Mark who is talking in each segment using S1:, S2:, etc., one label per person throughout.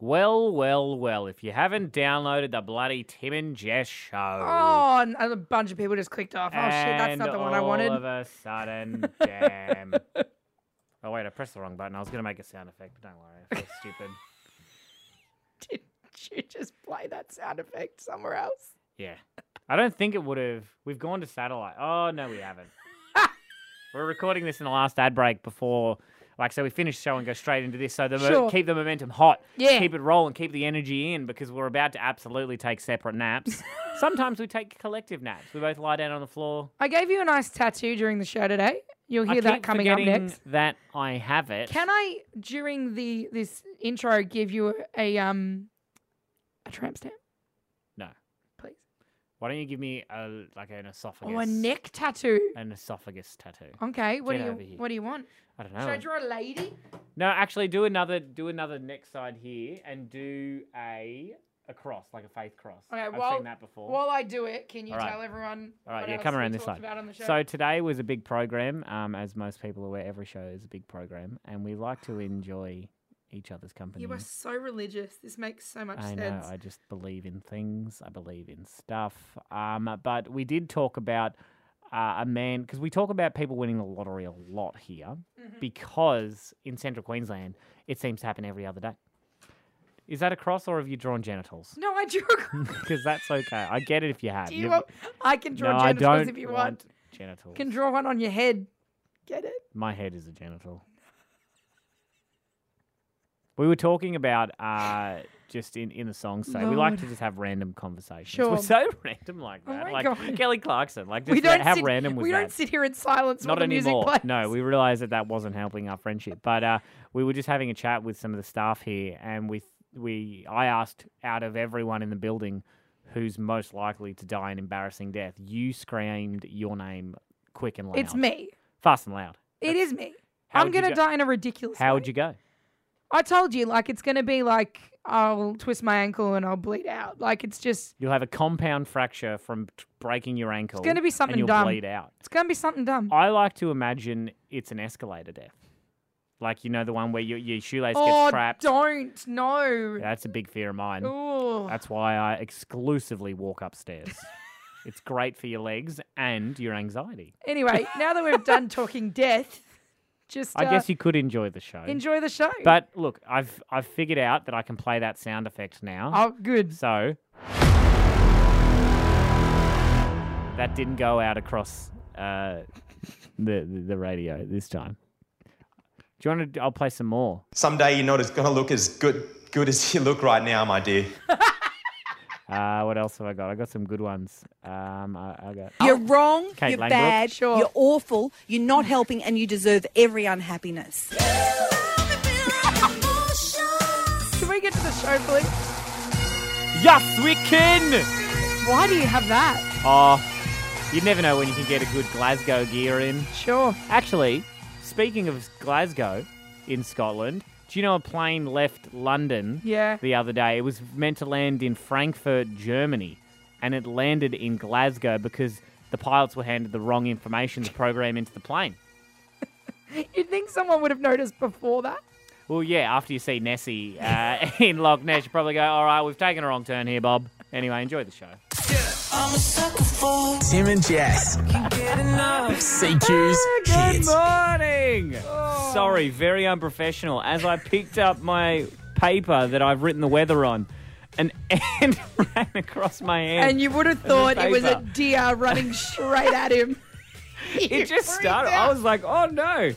S1: Well, well, well, if you haven't downloaded the bloody Tim and Jess show.
S2: Oh, and a bunch of people just clicked off. Oh shit, that's not
S1: and
S2: the one I
S1: all
S2: wanted.
S1: of a sudden, damn. Oh, wait, I pressed the wrong button. I was going to make a sound effect, but don't worry. I feel stupid.
S2: Did you just play that sound effect somewhere else?
S1: Yeah. I don't think it would have. We've gone to satellite. Oh, no, we haven't. We're recording this in the last ad break before, like, so we finish the show and go straight into this. So the mo-
S2: Sure.
S1: keep the momentum hot.
S2: Yeah.
S1: Keep it rolling. Keep the energy in because we're about to absolutely take separate naps. Sometimes we take collective naps. We both lie down on the floor.
S2: I gave you a nice tattoo during the show today. You'll
S1: I
S2: hear that
S1: keep
S2: coming up
S1: forgetting
S2: next.
S1: That I have it.
S2: Can I, during the this intro, give you a um a tramp stamp?
S1: No.
S2: please.
S1: Why don't you give me a like an esophagus?
S2: Or Oh, a neck tattoo.
S1: An esophagus tattoo.
S2: Okay, what
S1: Get
S2: do
S1: over
S2: you
S1: here.
S2: what do you want?
S1: I don't
S2: Should I
S1: know.
S2: draw a lady?
S1: No, actually, do another do another next side here and do a a cross like a faith cross.
S2: Okay,
S1: I've
S2: well-
S1: seen that before.
S2: While I do it, can you
S1: All right.
S2: tell everyone?
S1: All right,
S2: what
S1: yeah,
S2: else
S1: come
S2: we
S1: around this
S2: talked
S1: side.
S2: about on the show?
S1: so today was a big program, um, as most people are aware. Every show is a big program, and we like to enjoy each other's company.
S2: you are so religious. This makes so much
S1: Mm. I know.
S2: sense.
S1: I just believe in things. I believe in stuff. Um, but we did talk about uh, a man because we talk about people winning the lottery a lot here
S2: Mm-hmm.
S1: because in Central Queensland it seems to happen every other day. Is that a cross or have you drawn genitals?
S2: No, I drew. a-
S1: Because that's okay. I get it if you have.
S2: Do you
S1: You've-
S2: want? I can
S1: no,
S2: draw
S1: I
S2: genitals
S1: don't
S2: if you want.
S1: want genitals.
S2: Can draw one on your head. Get it?
S1: My head is a genital. We were talking about uh, just in, in the song say we like to
S2: Lord.
S1: just have random conversations.
S2: Sure.
S1: We're so random like
S2: Oh
S1: that.
S2: my
S1: like
S2: God.
S1: Kelly Clarkson. Like just
S2: we don't
S1: how
S2: sit,
S1: random was
S2: we
S1: that?
S2: don't sit here in silence
S1: Not
S2: while the
S1: anymore.
S2: music plays.
S1: No, we realised that that wasn't helping our friendship. But uh, we were just having a chat with some of the staff here, and we we I asked out of everyone in the building who's most likely to die an embarrassing death. You screamed your name quick and loud.
S2: It's me.
S1: Fast and loud.
S2: It is me.
S1: How
S2: I'm
S1: would you
S2: gonna
S1: go-
S2: die in a ridiculous
S1: How
S2: way.
S1: would you go?
S2: I told you, like it's gonna be like I'll twist my ankle and I'll bleed out. Like it's just
S1: You'll have a compound fracture from t- breaking your ankle.
S2: gonna be something
S1: and you'll
S2: dumb.
S1: bleed out.
S2: it's gonna be something dumb.
S1: I like to imagine it's an escalator death, like you know the one where your, your shoelace
S2: oh,
S1: gets trapped.
S2: don't no.
S1: Yeah, That's a big fear of mine.
S2: Ooh.
S1: That's why I exclusively walk upstairs. it's great for your legs and your anxiety.
S2: Anyway, now that we've done talking death, just
S1: I
S2: uh,
S1: guess you could enjoy the show.
S2: enjoy the show.
S1: but look, I've I've figured out that I can play that sound effect now.
S2: oh, good.
S1: So that didn't go out across uh, the, the the radio this time. Do you want to? I'll play some more.
S3: Someday you're not as gonna look as good good as you look right now, my dear.
S1: Uh, what else have I got? I got some good ones. Um, I, I got.
S4: You're wrong,
S1: Kate
S4: you're
S1: Langbrook.
S4: bad,
S2: Sure.
S4: you're awful, you're not helping, and you deserve every unhappiness.
S2: Can we get to the show, please?
S1: Yes, we can.
S2: Why do you have that?
S1: Oh, you never know when you can get a good Glasgow gear in.
S2: Sure.
S1: Actually, speaking of Glasgow in Scotland, do you know a plane left London
S2: Yeah.
S1: the other day? It was meant to land in Frankfurt, Germany, and it landed in Glasgow because the pilots were handed the wrong information to program into the plane.
S2: You'd think someone would have noticed before that.
S1: Well, yeah, after you see Nessie uh, in Loch Ness, you probably go, all right, we've taken a wrong turn here, Bob. Anyway, enjoy the show.
S5: Tim and Jess. CQ's
S1: Good
S5: Kids.
S1: morning. Oh. Sorry, very unprofessional. As I picked up my paper that I've written the weather on, an ant ran across my hand.
S2: And you would have thought it was a
S1: paper.
S2: deer running straight at him.
S1: it just started. I was like, oh no,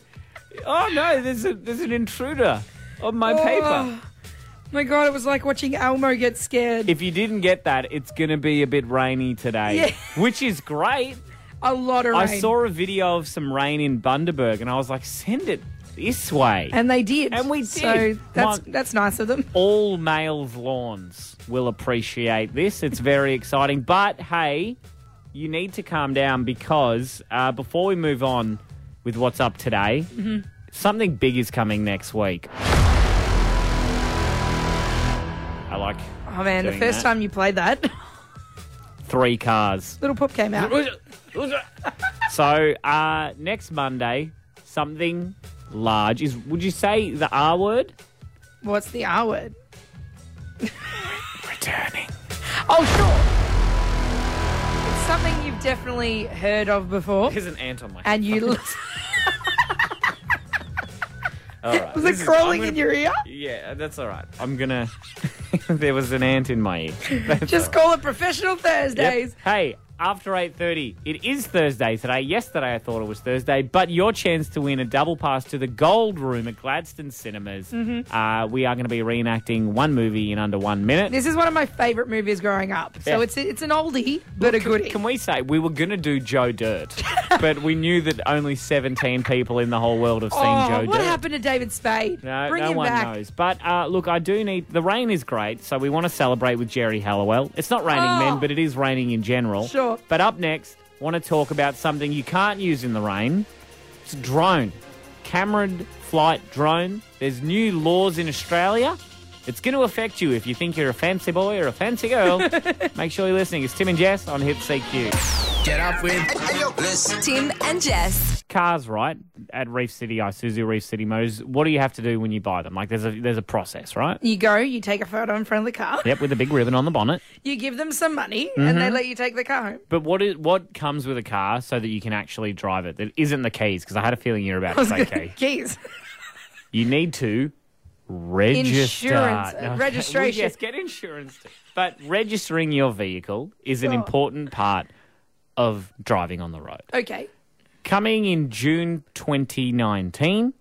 S1: oh no, there's a there's an intruder on my
S2: Oh.
S1: paper.
S2: my god, it was like watching Elmo get scared.
S1: If you didn't get that, it's gonna be a bit rainy today,
S2: Yeah.
S1: which is great.
S2: a lot of rain.
S1: I saw a video of some rain in Bundaberg, and I was like, send it this way.
S2: and they did.
S1: And we
S2: So
S1: did.
S2: that's
S1: Mon-
S2: that's nice of them.
S1: all male lawns will appreciate this. It's very exciting. But hey, you need to calm down because uh, before we move on with what's up today,
S2: Mm-hmm.
S1: something big is coming next week. I like
S2: Oh man, the
S1: Doing
S2: first
S1: that.
S2: time you played that,
S1: three cars.
S2: little pop came out.
S1: So uh, next Monday, something large is. Would you say the R word?
S2: What's the R word?
S1: Returning.
S2: Oh, sure. It's something you've definitely heard of before.
S1: Here's an ant on my
S2: And you.
S1: All right.
S2: Was it
S1: This is-
S2: crawling
S1: I'm
S2: in
S1: gonna-
S2: your ear?
S1: Yeah, that's all right. I'm gonna. there was an ant in my ear. That's
S2: Just call it Professional
S1: Yep.
S2: Thursdays.
S1: Hey, after 8.30, it is Thursday today. Yesterday I thought it was Thursday, but your chance to win a double pass to the Gold Room at Gladstone Cinemas.
S2: Mm-hmm.
S1: Uh, we are going to be reenacting one movie in under one minute.
S2: This is one of my favourite movies growing up. So
S1: Yeah.
S2: it's it's an oldie, but a goodie.
S1: Can we say we were going to do Joe Dirt, but we knew that only 17 people in the whole world have seen
S2: oh,
S1: Joe
S2: what
S1: Dirt.
S2: happened to David Spade?
S1: No,
S2: Bring
S1: no
S2: him
S1: one
S2: back.
S1: knows. But uh, look, I do need the rain is great, so we want to celebrate with Jerry Halliwell. It's not raining
S2: Oh.
S1: men, but it is raining in general.
S2: Sure.
S1: But up next, want to talk about something you can't use in the rain. It's a drone, Cameron flight drone. There's new laws in Australia. It's going to affect you if you think you're a fancy boy or a fancy girl. Make sure you're listening. It's Tim and Jess on Hit CQ.
S5: Get up with this.
S6: Tim and Jess.
S1: cars, right? At Reef City, Isuzu Reef City Motors, what do you have to do when you buy them? Like, there's a there's a process, right?
S2: You go, you take a photo in front of the car,
S1: Yep, with a big ribbon on the bonnet.
S2: you give them some money, and
S1: Mm-hmm.
S2: they let you take the car home.
S1: But what is what comes with a car so that you can actually drive it? That isn't the keys, because I had a feeling you were about to say key.
S2: Keys.
S1: You need to register.
S2: Insurance, uh,
S1: No, okay.
S2: registration.
S1: Well, yes, get insurance. too. But registering your vehicle is an
S2: Sure.
S1: important part of driving on the road.
S2: Okay.
S1: Coming in June 2019,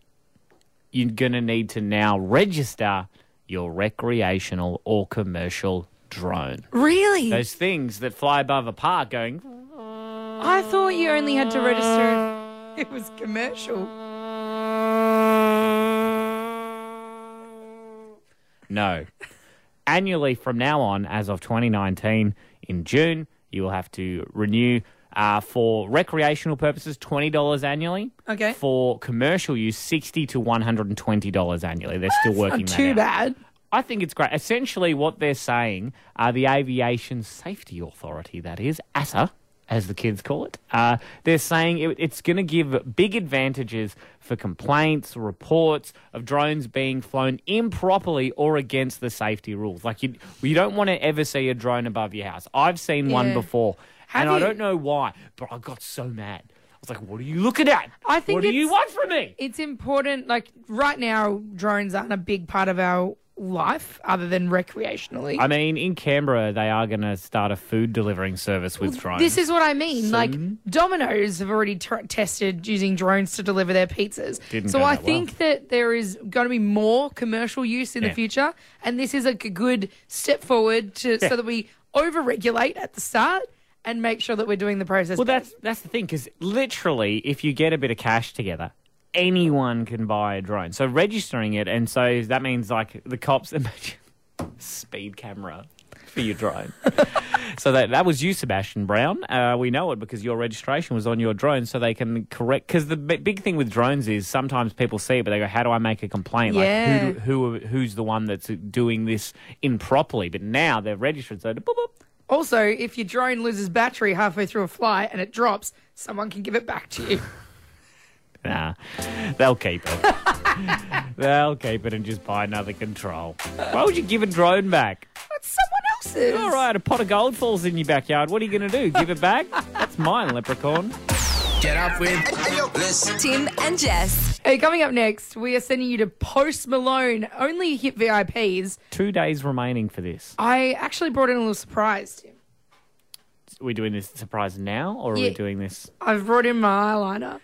S1: you're going to need to now register your recreational or commercial drone.
S4: Really?
S1: Those things that fly above a park going,
S2: I thought you only had to register. if It was commercial.
S1: no. Annually from now on, as of 2019, in June, you will have to renew uh, for recreational purposes $20 annually.
S2: Okay.
S1: For commercial use, 60 to $120 annually. They're still working
S2: Not
S1: that
S2: Oh, too
S1: out.
S2: bad.
S1: I think it's great. Essentially, what they're saying, uh, the Aviation Safety Authority, that is, ASA, as the kids call it, uh, they're saying it, it's going to give big advantages for complaints, reports of drones being flown improperly or against the safety rules. Like, you, you don't want to ever see a drone above your house. I've seen one
S2: Yeah.
S1: before, and
S2: Have
S1: I
S2: you-
S1: don't know why, but I got so mad. I was like, what are you looking at?
S2: I think
S1: what do you
S2: it's-
S1: want from me?
S2: It's important. Like right now, drones aren't a big part of our life, other than recreationally.
S1: I mean, in Canberra, they are going to start a food delivering service with drones.
S2: This is what I mean. Like Domino's have already tr tested using drones to deliver their pizzas.
S1: Didn't
S2: so
S1: go
S2: I
S1: that well.
S2: think that there is going to be more commercial use in
S1: Yeah.
S2: the future, and this is a g- good step forward to so that we over-regulate at the start and make sure that we're doing the process.
S1: Well,
S2: better.
S1: that's that's the thing because literally, if you get a bit of cash together, anyone can buy a drone. So registering it, and so that means like the cops imagine speed camera for your drone. so that that was you, Sebastian Brown. Uh, we know it because your registration was on your drone, so they can correct. Because the b- big thing with drones is sometimes people see it, but they go, "How do I make a complaint? Like
S2: Yeah.
S1: who do, who who's the one that's doing this improperly?" But now they're registered, so boop, boop,
S2: also if your drone loses battery halfway through a flight and it drops, someone can give it back to you.
S1: Nah, they'll keep it. they'll keep it and just buy another control. Why would you give a drone back?
S2: That's someone else's.
S1: All right, a pot of gold falls in your backyard. What are you going to do? Give it back? That's mine, leprechaun.
S5: Get up with this.
S6: Tim and Jess.
S2: Hey, coming up next, we are sending you to Post Malone. Only hit VIPs.
S1: Two days remaining for this.
S2: I actually brought in a little surprise. Tim.
S1: Are we doing this surprise now, or are we
S2: Yeah.
S1: doing this?
S2: I've brought in my eyeliner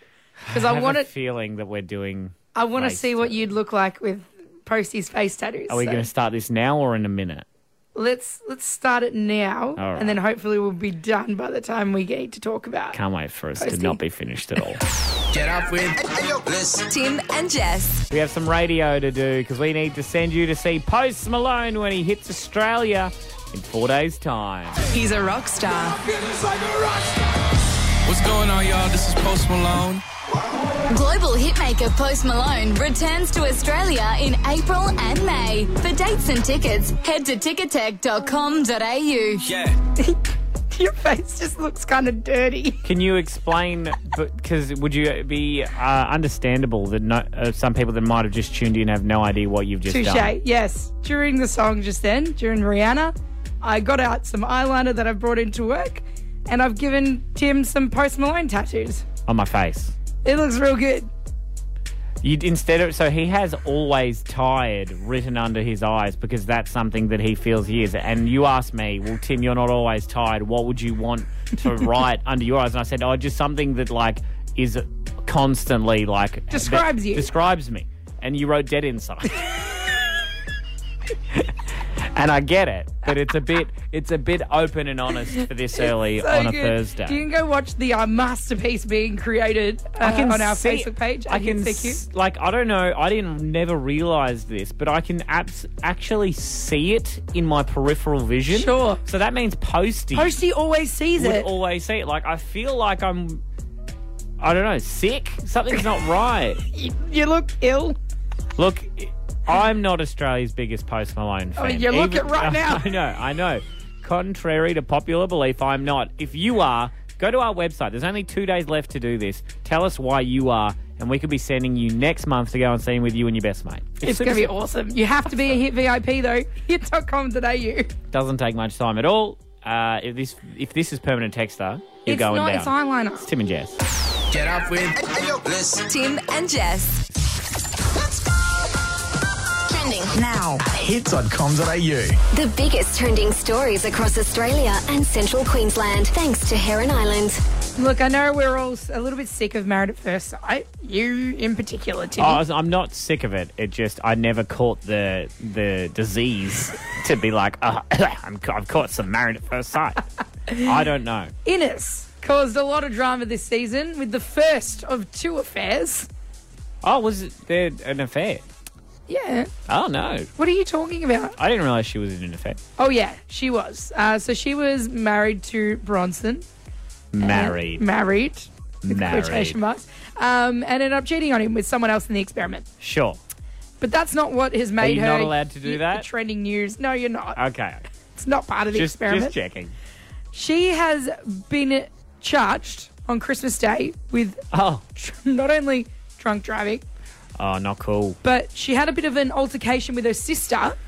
S2: because
S1: I
S2: I
S1: have
S2: want
S1: a
S2: to.
S1: feeling that we're doing.
S2: I want to
S1: face
S2: see what you'd look like with Posty's face tattoos.
S1: Are we
S2: so
S1: going to start this now or in a minute?
S2: let's let's start it now,
S1: All
S2: and then hopefully we'll be done by the time we get to talk about.
S1: Can't wait for us to
S2: Posty.
S1: not be finished at all.
S5: Get up with this.
S6: Tim and Jess.
S1: We have some radio to do because we need to send you to see Post Malone when he hits Australia in four days' time.
S6: He's a rock star.
S7: What's going on, y'all? This is Post Malone.
S8: Global hitmaker Post Malone returns to Australia in April and May. For dates and tickets, head to ticketek.com.au.
S7: Yeah.
S2: Your face just looks kind of dirty.
S1: Can you explain because would you be uh, understandable that no, uh, some people that might have just tuned in have no idea what you've just done?
S2: Touche. Yes. During the song just then, during Rihanna, I got out some eyeliner that I brought into work, and I've given Tim some Post Malone tattoos.
S1: On my face.
S2: It looks real good.
S1: You instead of so he has always tired written under his eyes because that's something that he feels he is. And you asked me, well, Tim, you're not always tired. What would you want to write under your eyes? And I said, oh, just something that like is constantly like that
S2: Describes you.
S1: describes me. And you wrote dead inside. and I get it, but it's a bit it's a bit open and honest for this early
S2: So
S1: on a
S2: good.
S1: Thursday.
S2: You can go watch the uh, masterpiece being created uh,
S1: I can
S2: on our
S1: see-
S2: Facebook page.
S1: I can
S2: see you.
S1: s- like I don't know. I didn't never realize this, but I can abs- actually see it in my peripheral vision.
S2: Sure.
S1: So that means posty.
S2: Posty Oh, always sees
S1: would
S2: it.
S1: always see it. Like I feel like I'm. I don't know. Sick. Something's not right.
S2: you look ill.
S1: Look, I'm not Australia's biggest Post Malone fan.
S2: mean, Oh, you look
S1: Even-
S2: it right now.
S1: I know, I know. Contrary to popular belief, I'm not. If you are, go to our website. There's only two days left to do this. Tell us why you are, and we could be sending you next month to go and sing with you and your best mate.
S2: It's going to be awesome. You have to be a hit VIP though. Hit.com.au.
S1: Doesn't take much time at all. Uh, if this if this is permanent texter, you're
S2: It's
S1: going
S2: not.
S1: down.
S2: It's eyeliner.
S1: Tim and Jess.
S5: Get off with Bliss.
S6: Tim and Jess.
S8: Trending.
S5: Now. Hits.com.au.
S8: The biggest trending stories across Australia and central Queensland, thanks to Heron Island.
S2: Look, I know we're all s- a little bit sick of Married at First Sight. You in particular, Tim.
S1: Oh, I was- I'm not sick of it. It just I never caught the the disease to be like oh, I'm, ca- I've caught some married at first sight. I don't know.
S2: Innes caused a lot of drama this season with the first of two affairs.
S1: Oh, was it there an affair?
S2: Yeah.
S1: Oh no,
S2: What are you talking about?
S1: I didn't realize she was in an affair.
S2: Oh, yeah, she was. Uh, so she was married to Bronson.
S1: Married,
S2: Married. With
S1: Married.
S2: Quotation marks. Um, and ended up cheating on him with someone else in the experiment.
S1: sure.
S2: But that's not what has made
S1: you
S2: her.
S1: not allowed to do
S2: the
S1: that?
S2: Trending news. No, you're not.
S1: Okay,
S2: it's not part of the
S1: just
S2: experiment.
S1: just checking.
S2: She has been charged on Christmas Day with
S1: Oh,
S2: not only drunk driving,
S1: oh, not cool.
S2: but she had a bit of an altercation with her sister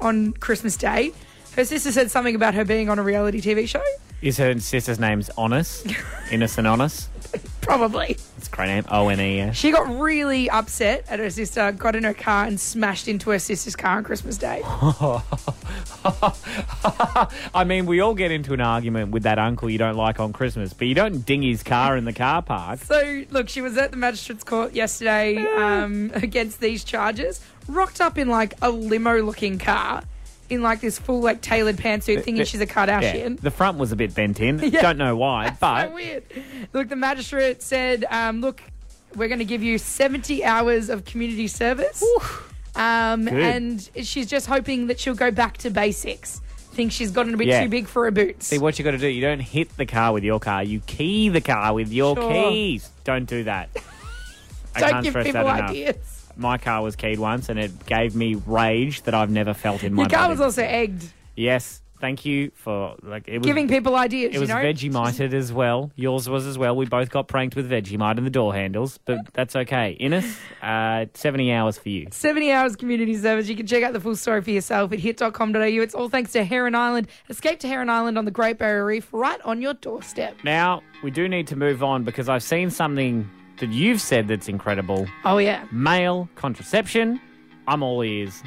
S2: on Christmas Day. Her sister said something about her being on a reality TV show.
S1: Is her sister's name's Honest? Innocent Honest.
S2: Probably.
S1: It's a great name. O N E S.
S2: She got really upset at her sister, got in her car, and smashed into her sister's car on Christmas Day.
S1: I mean, we all get into an argument with that uncle you don't like on Christmas, but you don't ding his car in the car park.
S2: So, look, she was at the magistrate's court yesterday um, against these charges, rocked up in like a limo looking car, in like this full, like tailored pantsuit, thinking
S1: the-
S2: she's a
S1: Yeah,
S2: Kardashian.
S1: the front was a bit bent in. Don't know why,
S2: So
S1: but
S2: weird. Look, the magistrate said, um, look, we're going to give you 70 hours of community service. Um,
S1: Good.
S2: and she's just hoping that she'll go back to basics. Think she's gotten a bit
S1: Yeah.
S2: too big for her boots.
S1: see what you got to do. You don't hit the car with your car. You key the car with your
S2: Sure.
S1: keys. Don't do that. I
S2: Don't
S1: can't
S2: give
S1: stress
S2: people
S1: that enough.
S2: ideas.
S1: My car was keyed once, and it gave me rage that I've never felt in my
S2: Your car
S1: body.
S2: was also egged,
S1: yes. Thank you for like it was
S2: giving people ideas.
S1: It was
S2: you know?
S1: Vegemited as well. Yours was as well. We both got pranked with Vegemite in the door handles, but that's okay. Innes, uh, 70 hours for you.
S2: 70 hours community service. You can check out the full story for yourself at hit.com.au. It's all thanks to Heron Island. Escape to Heron Island on the Great Barrier Reef right on your doorstep.
S1: Now, we do need to move on because I've seen something that you've said that's incredible.
S2: Oh, yeah.
S1: Male contraception. I'm all ears.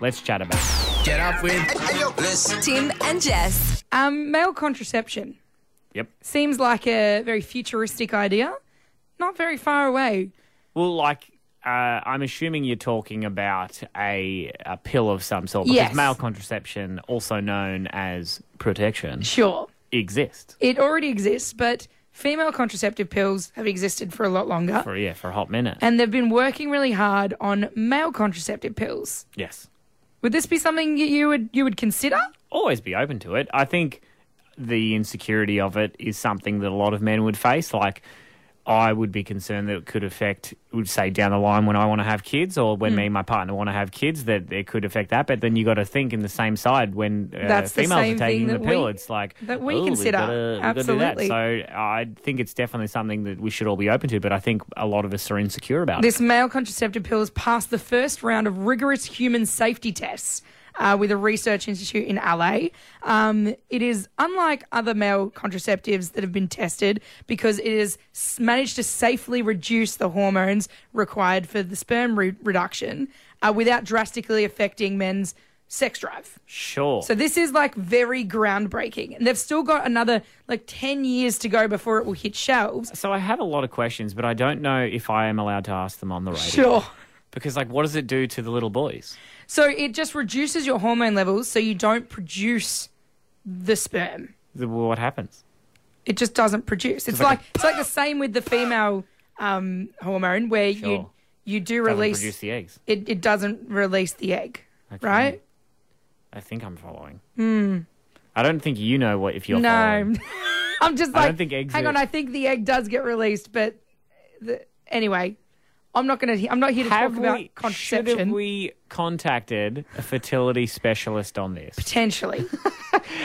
S1: Let's chat about it.
S5: Get off with Bliss.
S6: Tim and Jess.
S2: Um, male contraception.
S1: Yep.
S2: Seems like a very futuristic idea. Not very far away.
S1: Well, like, uh, I'm assuming you're talking about a, a pill of some sort because
S2: Yes.
S1: male contraception, also known as protection,
S2: Sure.
S1: exists.
S2: It already exists, but female contraceptive pills have existed for a lot longer.
S1: For, yeah, for a hot minute.
S2: and they've been working really hard on male contraceptive pills.
S1: yes.
S2: Would this be something that you would you would consider?
S1: always be open to it. I think the insecurity of it is something that a lot of men would face. Like, I would be concerned that it could affect, would say down the line when I want to have kids or
S2: Hmm.
S1: when me and my partner want to have kids, that it could affect that. But then you got to think in the same side when uh,
S2: That's the
S1: females
S2: same
S1: are taking
S2: thing
S1: the
S2: that
S1: pill.
S2: we-
S1: it's like
S2: that we
S1: "Ooh, we've
S2: consider.
S1: gotta- we've gotta do that."
S2: Absolutely.
S1: So I think it's definitely something that we should all be open to. But I think a lot of us are insecure about. it.
S2: This male contraceptive pill has passed the first round of rigorous human safety tests uh, with a research institute in LA. Um, it is unlike other male contraceptives that have been tested because it has s- managed to safely reduce the hormones required for the sperm re- reduction uh, without drastically affecting men's sex drive.
S1: Sure.
S2: So this is like very groundbreaking. And they've still got another like 10 years to go before it will hit shelves.
S1: So I have a lot of questions, but I don't know if I am allowed to ask them on the radio.
S2: Sure.
S1: Because like, what does it do to the little boys?
S2: So it just reduces your hormone levels so you don't produce the sperm.
S1: The- What happens?
S2: It just doesn't produce. It's like, it's like the same with the female um, hormone where you
S1: Sure.
S2: you do
S1: Doesn't
S2: release
S1: produce the eggs.
S2: it, it doesn't release the egg.
S1: Okay.
S2: Right?
S1: I think I'm following. Hmm. I don't think you know what if you're
S2: No.
S1: following.
S2: I'm just
S1: I
S2: like
S1: don't think eggs
S2: Hang
S1: are-
S2: on, I think the egg does get released, but the, anyway, I'm not going to I'm not here to
S1: Have
S2: talk about
S1: we, should
S2: contraception.
S1: have we contacted a fertility specialist on this?
S2: potentially.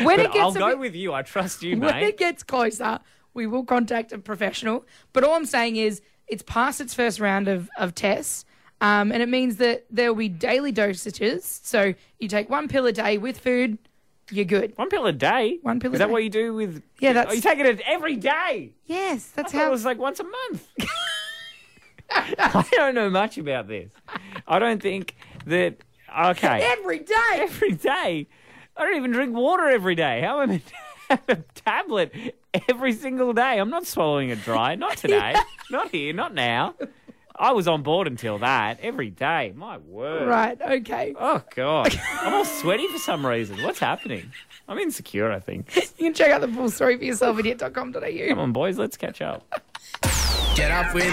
S2: when it
S1: But
S2: gets
S1: I'll
S2: a
S1: go
S2: bit-
S1: with you. I trust you,
S2: when
S1: mate.
S2: it gets closer, we will contact a professional. But all I'm saying is it's passed its first round of, of tests. Um, and it means that there will be daily dosages. So you take one pill a day with food, you're good.
S1: One pill a day.
S2: One pill
S1: Is
S2: a
S1: that
S2: day.
S1: what you do with?
S2: Yeah,
S1: Oh,
S2: that's-
S1: you taking it every day.
S2: Yes, that's
S1: I thought it
S2: how.
S1: was like once a month. I don't know much about this. I don't think that. Okay.
S2: Every day.
S1: every day. I don't even drink water every day. How am I have a tablet every single day? I'm not swallowing it dry. Not today. Not here. Not now. I was on board until that. Every day. My word.
S2: Right, okay.
S1: Oh god. I'm all sweaty for some reason. What's happening? I'm insecure, I think.
S2: You can check out the full story for yourself at
S1: Come
S2: hit.com.au.
S1: on, boys, let's catch up.
S7: Get up with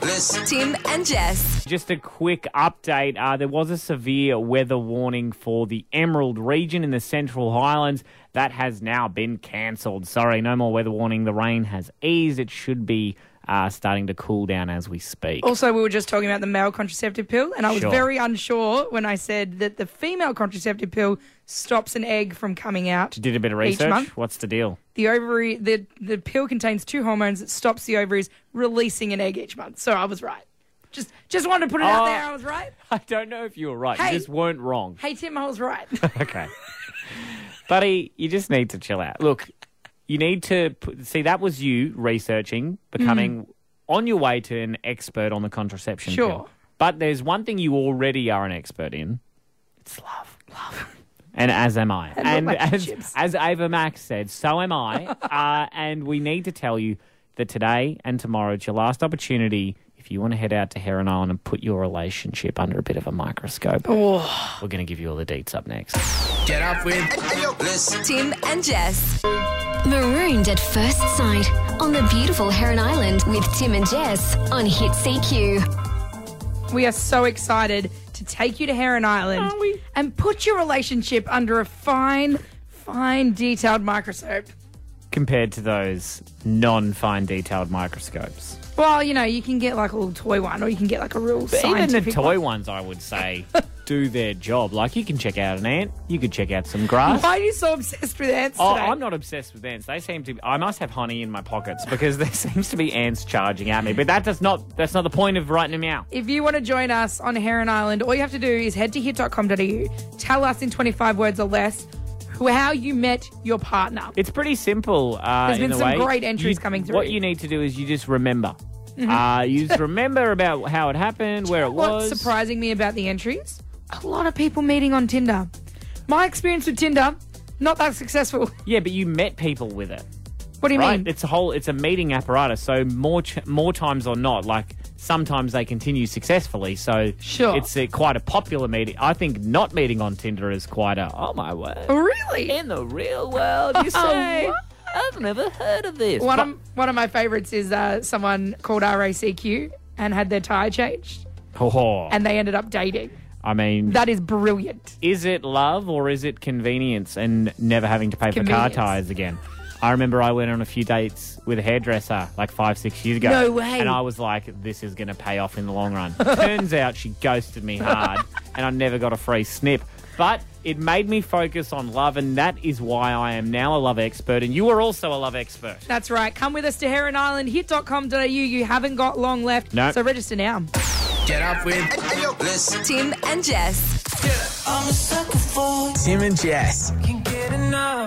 S5: Bliss.
S6: Tim and Jess.
S1: Just a quick update. Uh, there was a severe weather warning for the Emerald region in the Central Highlands. That has now been cancelled. Sorry, no more weather warning. The rain has eased. It should be uh, starting to cool down as we speak.
S2: Also, we were just talking about the male contraceptive pill, and I was
S1: Sure.
S2: very unsure when I said that the female contraceptive pill stops an egg from coming out.
S1: Did a bit of
S2: Each
S1: research.
S2: month?
S1: What's the deal?
S2: the ovary the the pill contains two hormones that stops the ovaries releasing an egg each month. So I was right. Just just wanted to put it
S1: Oh.
S2: out there. I was right.
S1: I don't know if you were right.
S2: Hey.
S1: You just weren't wrong.
S2: Hey Tim, I was right.
S1: Okay. Buddy, you just need to chill out. Look, you need to put, see that was you researching, becoming on your way to an expert on the contraception
S2: Sure.
S1: pill. But there's one thing you already are an expert in. It's love. Love. And as am I. And, as,
S2: relationships.
S1: as Ava Max said, so am I. uh, and we need to tell you that today and tomorrow, it's your last opportunity if you want to head out to Heron Island and put your relationship under a bit of a microscope. We're going to give you all the deets up next.
S7: Get up with
S5: Bliss.
S6: Tim and Jess.
S8: Marooned at first sight on the beautiful Heron Island with Tim and Jess on Hit CQ.
S2: we are so excited to take you to Heron Island and put your relationship under a fine, fine detailed microscope.
S1: compared to those non-fine detailed microscopes.
S2: Well, you know, you can get like a little toy one or you can get like a real
S1: Even the
S2: scientific
S1: toy ones, I would say, do their job. Like you can check out an ant, you could check out some grass.
S2: Why are you so obsessed with ants
S1: Oh,
S2: today?
S1: I'm not obsessed with ants. They seem to. Be, I must have honey in my pockets because there seems to be ants charging at me. But that does not. That's not the point of writing them out.
S2: If you want to join us on Heron Island, all you have to do is head to hit.com.au, tell us in 25 words or less who, how you met your partner.
S1: It's pretty simple. Uh,
S2: There's
S1: in
S2: been
S1: a
S2: some
S1: way.
S2: great entries
S1: You-
S2: coming
S1: What
S2: through. Mm-hmm.
S1: you need to do is you just remember. Uh, you just remember about how it happened, where it
S2: What's
S1: was.
S2: surprising me about the entries? A lot of people meeting on Tinder. My experience with Tinder, not that successful.
S1: Yeah, but you met people with it.
S2: What do you
S1: right?
S2: mean?
S1: It's a whole. It's a meeting apparatus. So more ch- more times or not, like sometimes they continue successfully. So
S2: Sure.
S1: it's a, quite a popular meeting. I think not meeting on Tinder is quite a. Oh my word!
S2: Oh, really?
S1: In the real world, you
S2: Um,
S1: say. I've never heard of this.
S2: One of, one of my favorites is uh, someone called RACQ and had their tire changed
S1: Ho, ho.
S2: and they ended up dating.
S1: Oh, I mean,
S2: That is brilliant.
S1: is it love or is it convenience and never having to pay for car
S2: Convenience.
S1: tires again? I remember I went on a few dates with a hairdresser like five, six years ago.
S4: No way.
S1: And I was like, this is going to pay off in the long run. Turns out she ghosted me hard and I never got a free snip. But it made me focus on love, and that is why I am now a love expert, and you are also a love expert.
S2: That's right. Come with us to Heron Island, hit.com.au. You haven't got long left.
S1: No.
S2: So register now.
S7: Get up with
S5: Bliss.
S6: Tim and Jess.
S5: Tim and Jess.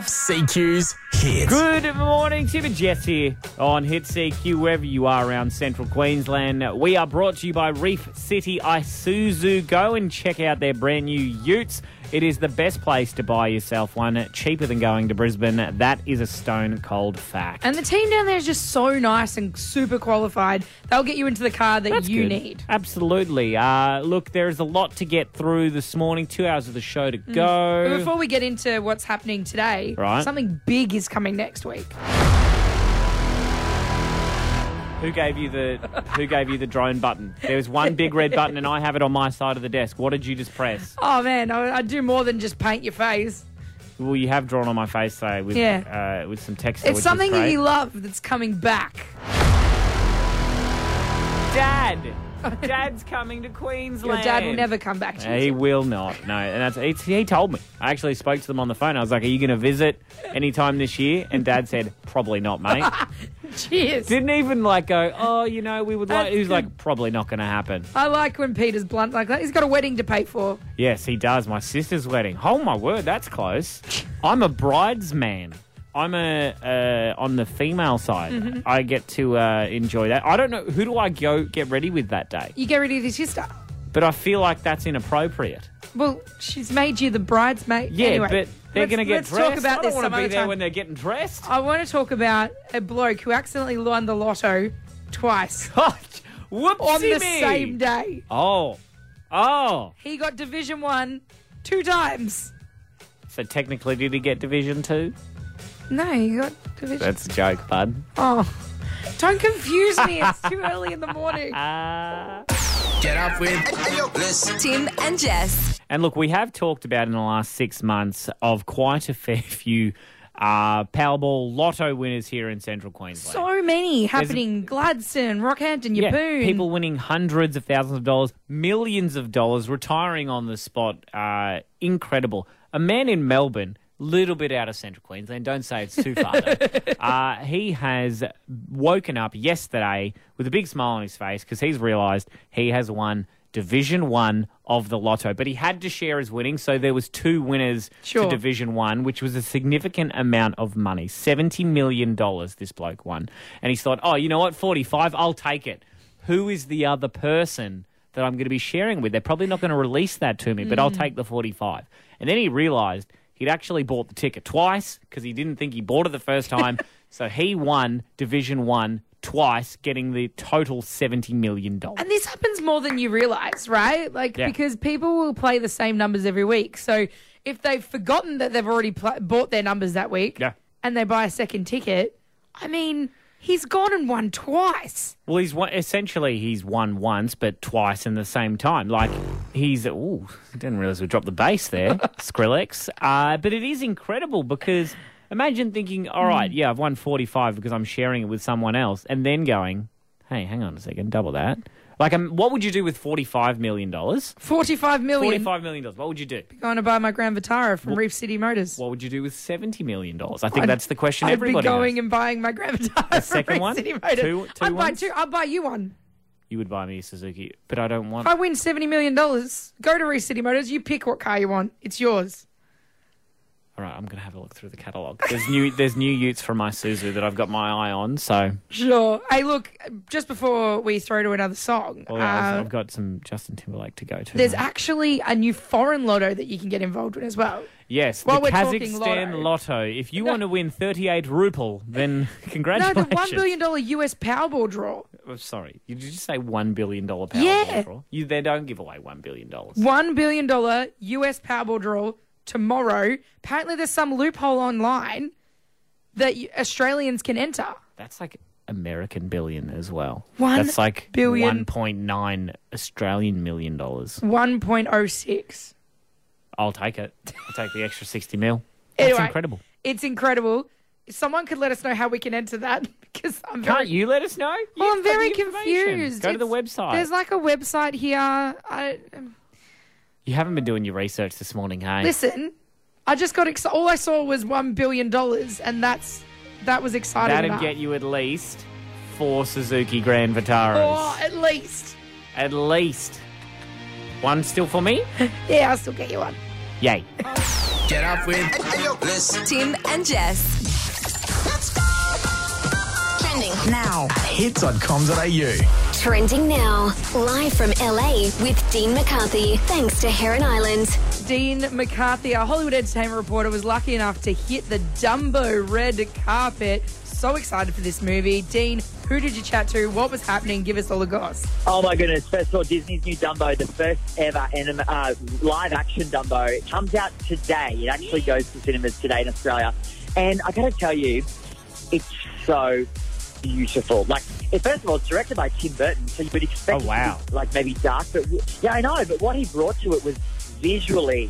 S5: CQ's hit.
S1: Good morning, Tim and Jess here on Hit CQ, wherever you are around central Queensland. We are brought to you by Reef City Isuzu. Go and check out their brand new utes. It is the best place to buy yourself one, cheaper than going to Brisbane. That is a stone cold fact.
S2: And the team down there is just so nice and super qualified. They'll get you into the car that
S1: That's
S2: you
S1: good.
S2: need.
S1: Absolutely. Uh, look, there is a lot to get through this morning. Two hours of the show to
S2: Mm.
S1: go.
S2: But before we get into what's happening today,
S1: Right.
S2: something big is coming next week.
S1: Who gave you the Who gave you the drone button? There was one big red button, and I have it on my side of the desk. What did you just press?
S2: Oh man, I, I do more than just paint your face.
S1: Well, you have drawn on my face though with
S2: Yeah.
S1: uh, with some text.
S2: It's something that you love that's coming back.
S1: Dad. Dad's coming to Queensland.
S2: Your dad will never come back to you.
S1: he will not. No, and that's it's, he told me. I actually spoke to them on the phone. I was like, "Are you going to visit anytime this year?" And Dad said, "Probably not, mate."
S2: Cheers.
S1: Didn't even like go. Oh, you know, we would like.
S2: That's
S1: He was like, "Probably not going to happen."
S2: I like when Peter's blunt like that. He's got a wedding to pay for.
S1: Yes, he does. My sister's wedding. Oh my word, that's close. I'm a bridesman. I'm a uh, on the female side.
S2: Mm-hmm.
S1: I get to uh, enjoy that. I don't know who do I go get ready with that day,
S2: You get rid of your sister.
S1: but I feel like that's inappropriate.
S2: Well, she's made you the bridesmaid.
S1: Yeah,
S2: Anyway,
S1: but they're going
S2: let's-
S1: to get
S2: let's
S1: dressed.
S2: talk about
S1: I
S2: this
S1: don't want
S2: some
S1: to be
S2: other
S1: there
S2: time.
S1: when they're getting dressed.
S2: I want to talk about a bloke who accidentally won the lotto twice
S1: Oh, Whoopsie
S2: on the
S1: me.
S2: same day.
S1: Oh, oh.
S2: He got Division One two times.
S1: So technically, did he get Division Two?
S2: No, he got Division.
S1: That's a joke, bud.
S2: oh, don't confuse me. It's too early in the morning.
S1: Uh,
S7: Get up with
S5: Bliss.
S6: Tim and Jess.
S1: And look, we have talked about in the last six months of quite a fair few uh, Powerball lotto winners here in central Queensland.
S2: So many happening. Gladstone, Rockhampton,
S1: yeah,
S2: Yapoon.
S1: people winning hundreds of thousands of dollars, millions of dollars, retiring on the spot. Uh, incredible. A man in Melbourne, little bit out of central Queensland, don't say it's too far though, uh, he has woken up yesterday with a big smile on his face because he's realised he has won Division 1 of the lotto. But he had to share his winnings, so there was two winners
S2: Sure.
S1: to Division 1, which was a significant amount of money. $70 million this bloke won. And he thought, oh, you know what, 45, I'll take it who is the other person that I'm going to be sharing with? They're probably not going to release that to me, but I'll take the 45. And then he realized he'd actually bought the ticket twice because he didn't think he bought it the first time. so he won Division 1 twice, getting the total $70 million.
S2: And this happens more than you realize, right? Like,
S1: Yeah.
S2: because people will play the same numbers every week. So if they've forgotten that they've already pl- bought their numbers that week
S1: Yeah.
S2: and they buy a second ticket, I mean, he's gone and won twice.
S1: Well, he's won, essentially he's won once, but twice in the same time. Like he's ooh, I didn't realize we dropped the base there, Skrillex. Uh, but it is incredible because imagine thinking,
S2: Hmm.
S1: all right, yeah, I've won forty five because I'm sharing it with someone else, and then going, hey, hang on a second, double that. Like, um, what would you do with forty five million dollars?
S2: 45
S1: Forty
S2: million.
S1: five million dollars. What would you do?
S2: Going to buy my Grand Vitara from Reef City Motors.
S1: What would you do with seventy million dollars? I think
S2: I'd-
S1: that's the question
S2: I'd be
S1: everybody
S2: going
S1: has.
S2: and buying my Grand Vitara from
S1: second
S2: Reef
S1: one?
S2: City Motors.
S1: Two- two
S2: I'd buy
S1: ones?
S2: two. I'd buy you one.
S1: You would buy me a Suzuki, but I don't want.
S2: I win $70 million. Go to Reef City Motors. You pick what car you want. It's yours.
S1: All right, I'm going to have a look through the catalogue. There's new there's new Utes from Isuzu that I've got my eye on. So
S2: Sure. Hey, look, just before we throw to another song,
S1: well, yeah,
S2: uh,
S1: I've, I've got some Justin Timberlake to go to.
S2: there's
S1: mate.
S2: actually a new foreign lotto that you can get involved in as well.
S1: yes,
S2: while
S1: the
S2: we're talking
S1: Kazakhstan
S2: lotto-
S1: lotto. If you want to win 38 ruble, then
S2: No, the
S1: congratulations.
S2: $1 billion US Powerball draw.
S1: Oh, sorry, you did you say one billion dollar Powerball
S2: Yeah.
S1: draw? You they don't give away one billion dollars.
S2: $1 billion US Powerball draw tomorrow. Apparently, there's some loophole online that you, Australians can enter.
S1: That's like American billion as well.
S2: One
S1: That's like
S2: billion-
S1: 1.9 Australian million dollars.
S2: 1.06.
S1: I'll take it. I'll take the extra 60 mil. That's
S2: Anyway,
S1: incredible.
S2: It's incredible. someone could let us know how we can enter that because I'm
S1: Can't
S2: very,
S1: you let us know?
S2: well, I'm
S1: You've got
S2: very
S1: the information.
S2: confused.
S1: Go to the
S2: It's-
S1: website.
S2: There's like a website here. I
S1: you haven't been doing your research this morning, hey?
S2: listen. I just got excited. All I saw was one billion dollars, and that's that was exciting.
S1: That'd
S2: enough.
S1: get you at least four Suzuki Grand Vitaras.
S2: Or at least,
S1: At least. One still for me?
S2: yeah, I'll still get you one.
S1: Yay.
S7: Get up with.
S5: List
S6: Tim and Jess.
S8: Trending.
S7: now. Hits.com.au.
S8: Trending now. Live from LA with Dean McCarthy. Thanks to Heron Island.
S2: Dean McCarthy, our Hollywood entertainment reporter, was lucky enough to hit the Dumbo red carpet. So excited for this movie. Dean, who did you chat to? What was happening? Give us all the goss.
S9: Oh my goodness! First of all, Disney's new Dumbo, the first ever anim- uh, live-action Dumbo, it comes out today. It actually goes to cinemas today in Australia, and I gotta tell you, it's so beautiful. Like, it, first of all, it's directed by Tim Burton, so you would expect
S1: Oh, wow.
S9: it to be, like maybe dark, but w- yeah, I know. But what he brought to it was visually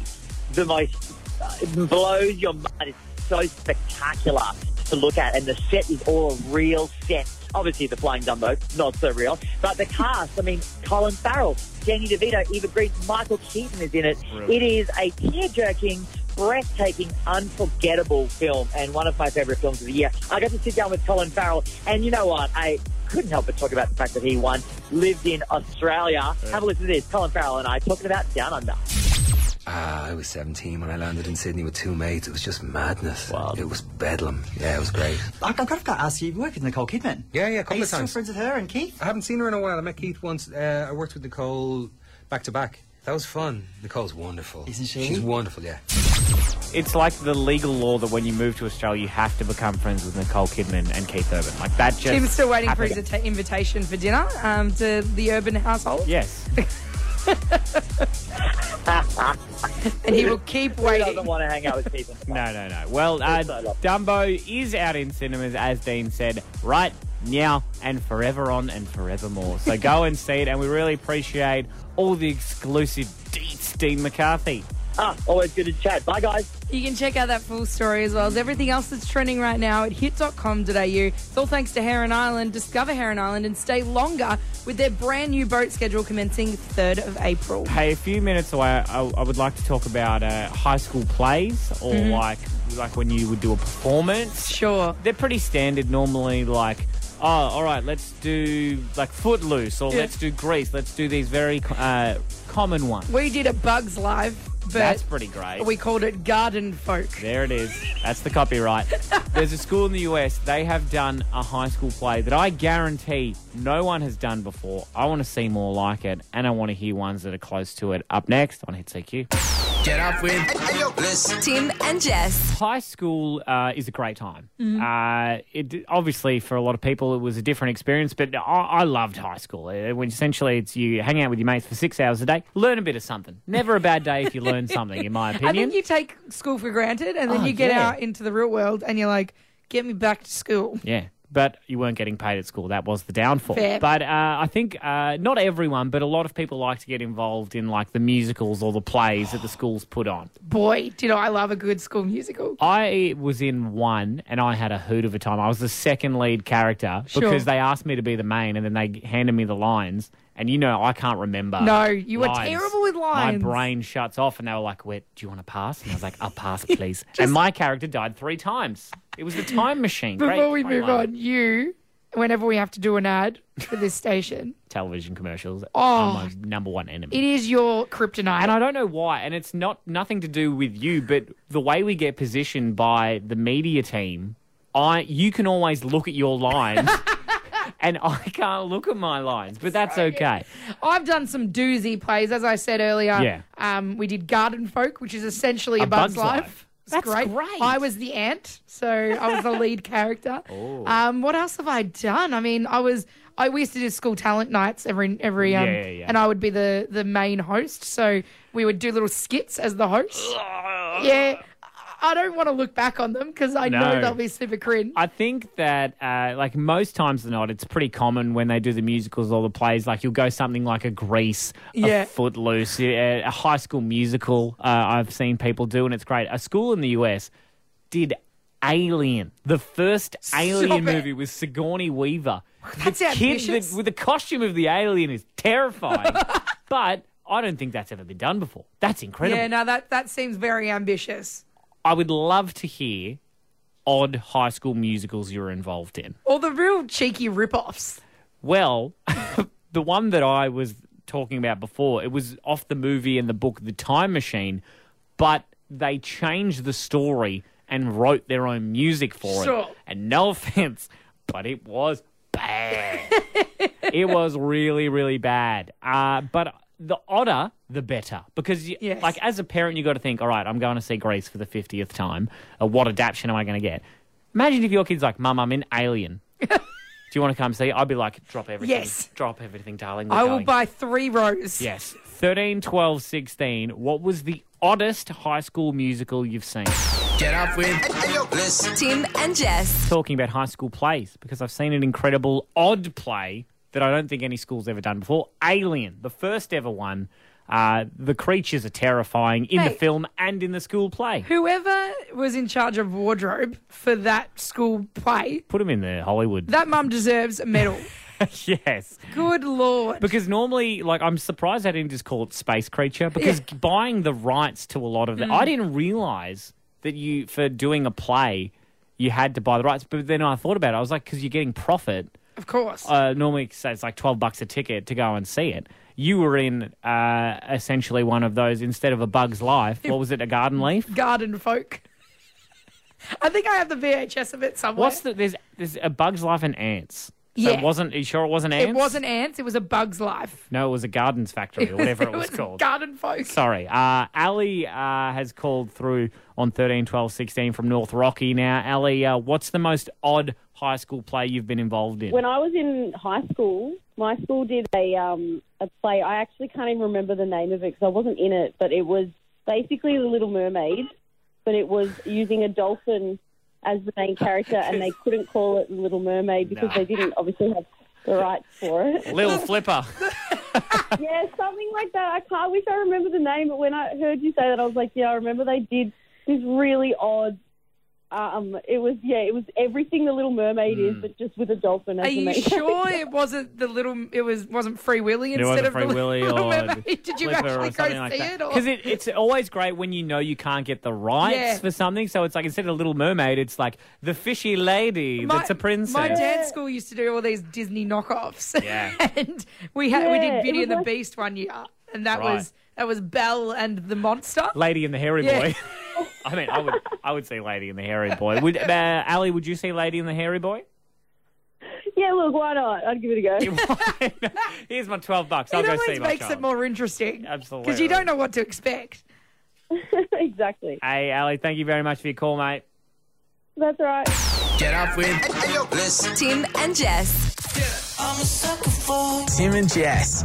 S9: the most uh, it blows your mind. It's so spectacular to look at, and the set is all a real set. Obviously, the flying Dumbo, not so real, but the cast. I mean, Colin Farrell, Danny DeVito, Eva Green, Michael Keaton is in it. It is a tear-jerking, breathtaking, unforgettable film, and one of my favorite films of the year. I got to sit down with Colin Farrell, and you know what? I couldn't help but talk about the fact that he won. Lived in Australia. Have a listen to this. Colin Farrell and I talking about Down Under.
S10: Ah, I was 17 when I landed in Sydney with two mates. It was just madness. It was bedlam. Yeah, it was great.
S11: I've got, I've got to ask you, you work with Nicole Kidman.
S10: Yeah, yeah, a
S11: Are
S10: couple
S11: you
S10: of
S11: still
S10: times.
S11: friends with her and Keith?
S10: I haven't seen her in a while. I met Keith once. Uh, I worked with Nicole back to back. That was fun. Nicole's wonderful.
S11: Isn't she?
S10: She's wonderful, yeah.
S1: It's like the legal law that when you move to Australia, you have to become friends with Nicole Kidman and Keith Urban. Like that just.
S2: Tim's still waiting for his
S1: happened.
S2: at- invitation for dinner um, to the urban household,
S1: Yes.
S2: and he will keep
S9: Who
S2: waiting.
S9: doesn't want to hang out with people?
S1: No, no, no. Well, uh,
S9: It's so lovely.
S1: Dumbo is out in cinemas, as Dean said, right now and forever on and forevermore. So go and see it, and we really appreciate all the exclusive deets, Dean McCarthy.
S9: Ah, always good to chat. Bye, guys.
S2: You can check out that full story as well as everything else that's trending right now at hit.com.au. It's all thanks to Heron Island. Discover Heron Island and stay longer with their brand new boat schedule commencing 3rd of April.
S1: Hey, a few minutes away, I, I would like to talk about uh, high school plays or
S2: Mm-hmm.
S1: like like when you would do a performance.
S2: Sure.
S1: They're pretty standard normally, like, oh, all right, let's do like Footloose or
S2: Yeah.
S1: let's do Grease. Let's do these very uh, common ones.
S2: We did a Bugs Live, but
S1: That's pretty great.
S2: we called it Garden Folk.
S1: There it is. That's the copyright. There's a school in the US. They have done a high school play that I guarantee no one has done before. I want to see more like it, and I want to hear ones that are close to it. Up next on Hit CQ.
S7: Get up with.
S5: list
S6: Tim and Jess.
S1: High school uh, is a great time.
S2: Mm-hmm.
S1: Uh, it, obviously, for a lot of people, it was a different experience, but I, I loved high school. Uh, When essentially, it's you hang out with your mates for six hours a day, learn a bit of something. Never a bad day if you learn something, in my
S2: I
S1: opinion.
S2: think you take school for granted and then
S1: Oh,
S2: you get
S1: yeah.
S2: out into the real world and you're like, get me back to school.
S1: Yeah. But you weren't getting paid at school. That was the downfall.
S2: Fair.
S1: But uh, I think uh, not everyone, but a lot of people like to get involved in like the musicals or the plays that the schools put on.
S2: Boy, do you know I love a good school musical.
S1: Oh, I was in one and I had a hoot of a time. I was the second lead character
S2: Sure.
S1: because they asked me to be the main and then they handed me the lines. And you know, I can't remember.
S2: No, you were terrible with lines.
S1: My brain shuts off and they were like, Wait, do you want to pass? And I was like, I'll pass, please. and my character died three times. It was the time machine. Great,
S2: Before we
S1: great
S2: move
S1: line.
S2: on, you, whenever we have to do an ad for this station,
S1: television commercials
S2: Oh.
S1: are my number one enemy.
S2: it is your kryptonite.
S1: and I don't know why, and it's not nothing to do with you, but the way we get positioned by the media team, I you can always look at your lines, and I can't look at my lines, but that's okay.
S2: I've done some doozy plays, as I said earlier.
S1: Yeah.
S2: Um, we did Garden Folk, which is essentially a, Bug's,
S1: Bug's
S2: Life.
S1: Life.
S2: It's
S1: That's great.
S2: I was the ant, so I was the lead character.
S1: Oh.
S2: Um, what else have I done? I mean, I was. I we used to do school talent nights every every um,
S1: Yeah, yeah, yeah.
S2: and I would be the the main host. So we would do little skits as the host. yeah. I don't want to look back on them because I know
S1: No.
S2: they'll be super cringe.
S1: I think that, uh, like most times than not, it's pretty common when they do the musicals or the plays. Like you'll go something like a Grease,
S2: Yeah.
S1: a Footloose, a, a High School Musical. Uh, I've seen people do, and it's great. A school in the US did Alien. The first Alien
S2: it.
S1: movie with Sigourney Weaver.
S2: That's
S1: the kid
S2: ambitious.
S1: that, with the costume of the alien is terrifying. but I don't think that's ever been done before. That's incredible.
S2: Yeah, no, that, that seems very ambitious.
S1: I would love to hear odd high school musicals you were involved in.
S2: Or the real cheeky rip-offs.
S1: Well, the one that I was talking about before, it was off the movie and the book The Time Machine, but they changed the story and wrote their own music for
S2: Sure.
S1: it. And no offense, but it was bad. it was really, really bad. Uh, but the odder, the better. Because, you,
S2: Yes.
S1: like, as a parent, you got to think, all right, I'm going to see Greece for the 50th time. Uh, what adaptation am I going to get? Imagine if your kid's like, Mum, I'm in Alien. Do you want to come see? I'd be like, drop everything.
S2: Yes.
S1: Drop everything, darling. We're
S2: I will
S1: going."
S2: buy three rows.
S1: Yes. 13, 12, 16. What was the oddest high school musical you've seen?
S7: Get up with
S5: List.
S6: Tim and Jess.
S1: Talking about high school plays because I've seen an incredible odd play that I don't think any school's ever done before. Alien, the first ever one. Uh, the creatures are terrifying in the
S2: Mate.
S1: film and in the school play.
S2: Whoever was in charge of wardrobe for that school play,
S1: Put them in there, Hollywood.
S2: that mum deserves a medal.
S1: yes.
S2: Good lord.
S1: Because normally, like, I'm surprised I didn't just call it Space Creature because buying the rights to a lot of it,
S2: Mm.
S1: I didn't realize that you, for doing a play, you had to buy the rights. But then I thought about it, I was like, because you're getting profit.
S2: of course.
S1: Uh, normally, say it's like 12 bucks a ticket to go and see it. You were in uh, essentially one of those instead of a bug's life. What was it, a garden leaf?
S2: Garden folk. I think I have the VHS of it somewhere.
S1: What's the, there's, there's a bug's life and ants. So
S2: Yeah.
S1: it wasn't, are you sure it wasn't ants?
S2: It wasn't ants, it was a bug's life.
S1: No, it was a gardens factory or whatever it was called.
S2: Garden folk.
S1: Sorry. Uh, Ali uh, has called through on 13, 12, 16 from North Rocky now. Ali, uh, what's the most odd high school play you've been involved in?
S12: When I was in high school, my school did a um, a play. I actually can't even remember the name of it because I wasn't in it, but it was basically The Little Mermaid, but it was using a dolphin as the main character, and they couldn't call it The Little Mermaid because
S1: No.
S12: they didn't obviously have the rights for it.
S1: Little Flipper.
S12: yeah, something like that. I can't I wish I remember the name, but when I heard you say that, I was like, yeah, I remember they did this really odd. Um, it was yeah, it was everything The Little Mermaid
S13: Hmm.
S12: is, but just with a dolphin as
S2: Are
S12: the
S2: you
S12: main
S2: sure it wasn't the little? It was wasn't Free Willy
S1: It
S2: instead
S1: wasn't
S2: of
S1: Free
S2: the
S1: Willy
S2: Little
S1: or
S2: Mermaid? Did you
S1: Flipper
S2: actually
S1: or
S2: go
S1: something
S2: see
S1: like
S2: it?
S1: that.
S2: Or
S1: Because it, it's always great when you know you can't get the rights
S2: Yeah.
S1: for something. So it's like instead of Little Mermaid, it's like the fishy lady that's a princess.
S2: My dance school used to do all these Disney knockoffs.
S1: Yeah.
S2: and we had we
S12: Yeah,
S2: did
S12: it
S2: Beauty
S12: was
S2: and the
S12: like-
S2: Beast one year, and that
S1: Right.
S2: was that was Belle and the Monster.
S1: Lady and the Hairy
S2: Yeah.
S1: Boy. I mean, I would, I would say Lady and the Hairy Boy. Would uh, Ali? Would you say Lady and the Hairy Boy?
S12: Yeah, look, why not? I'd give it a go.
S1: Here's my twelve bucks. I'll
S2: it
S1: go see
S2: always
S1: my
S2: makes
S1: child.
S2: it more interesting.
S1: Absolutely.
S2: Because you don't know what to expect.
S12: exactly.
S1: Hey, Ali, thank you very much for your call, mate.
S12: That's all right.
S7: Get up with
S5: List.
S6: Tim and Jess.
S7: Tim and Jess.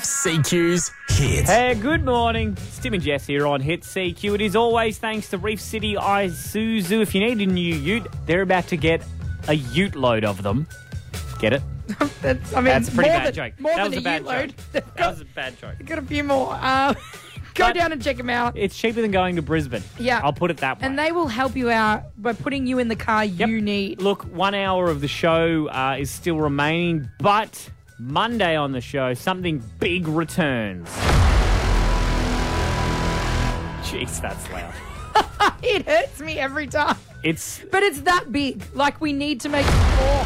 S7: CQ's hit.
S1: Hey, good morning. It's Tim and Jess here on Hit CQ. It is always thanks to Reef City Isuzu. If you need a new ute, they're about to get a ute load of them. Get it?
S2: That's, I mean,
S1: That's a pretty
S2: more
S1: bad
S2: than,
S1: joke.
S2: More
S1: that
S2: than
S1: was a
S2: a
S1: bad
S2: year load.
S1: joke. That was a bad joke.
S2: Got a few more. Um, go
S1: But-
S2: down and check them out.
S1: It's cheaper than going to Brisbane.
S2: Yeah.
S1: I'll put it that way.
S2: And they will help you out by putting you in the car you need.
S1: Look, one hour of the show uh, is still remaining, but Monday on the show, something big returns. Jeez, that's loud.
S2: It hurts me every time.
S1: It's
S2: But it's that big. Like, we need to make more.